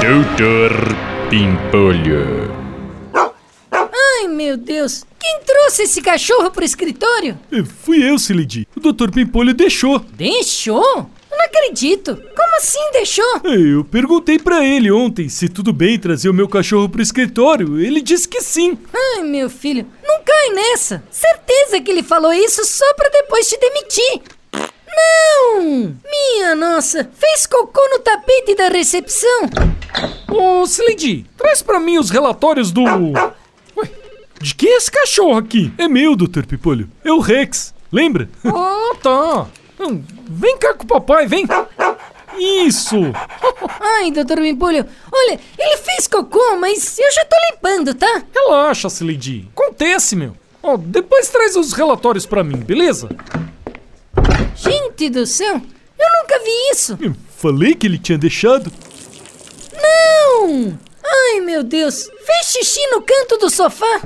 Doutor Pimpolho. Ai, meu Deus! Quem trouxe esse cachorro pro escritório? Eh, Fui eu, Silidi. O Dr. Pimpolho deixou. Deixou? Eu não acredito! Como assim deixou? Eh, Eu perguntei pra ele ontem se tudo bem trazer o meu cachorro pro escritório. Ele disse que sim. Ai, meu filho, não cai nessa! Certeza que ele falou isso só pra depois te demitir! Não! Minha nossa! Fez cocô no tapete da recepção! Ô, Silidi, traz pra mim os relatórios do. Ué, de quem é esse cachorro aqui? É meu, Dr. Pimpolho. É o Rex. Lembra? Ah, tá. Vem cá com o papai, vem. Isso. Ai, doutor Bimpolho, olha, ele fez cocô, mas eu já tô limpando, tá? Relaxa, Silidi. Acontece, meu. Ó, depois traz os relatórios pra mim, beleza? Gente do céu! Eu nunca vi isso! Eu falei que ele tinha deixado. Não! Ai, meu Deus! Fez xixi no canto do sofá!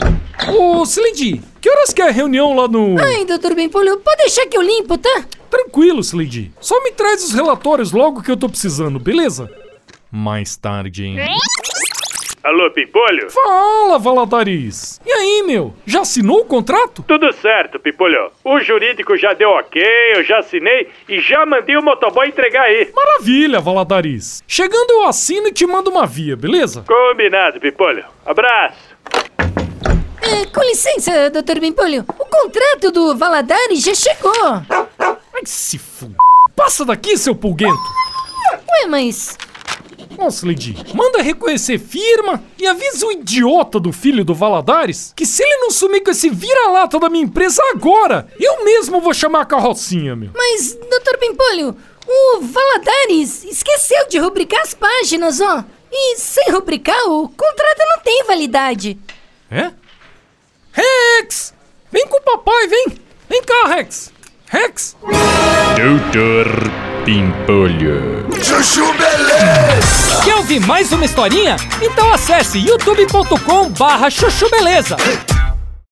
Ô, Slade, que horas que é a reunião lá no... Ai, doutor Bimpolho, pode deixar que eu limpo, tá? Tranquilo, Slade. Só me traz os relatórios logo que eu tô precisando, beleza? Mais tarde, hein? Alô, Pimpolho? Fala, Valadares. E aí, meu? Já assinou o contrato? Tudo certo, Pimpolho. O jurídico já deu ok, eu já assinei e já mandei o motoboy entregar aí. Maravilha, Valadares. Chegando eu assino e te mando uma via, beleza? Combinado, Pimpolho. Abraço. É, com licença, doutor Bimpolho, o contrato do Valadares já chegou! Ai, se f... Passa daqui, seu pulguento. Ué, mas. Ó, Slade, manda reconhecer firma e avisa o idiota do filho do Valadares que se ele não sumir com esse vira-lata da minha empresa agora, eu mesmo vou chamar a carrocinha, meu. Mas, doutor Bimpolho, o Valadares esqueceu de rubricar as páginas, ó! E sem rubricar, o contrato não tem validade! É? Rex! Vem com o papai, vem! Vem cá, Rex! Rex! Doutor Pimpolho. Chuchu Beleza! Quer ouvir mais uma historinha? Então acesse youtube.com barra chuchu beleza.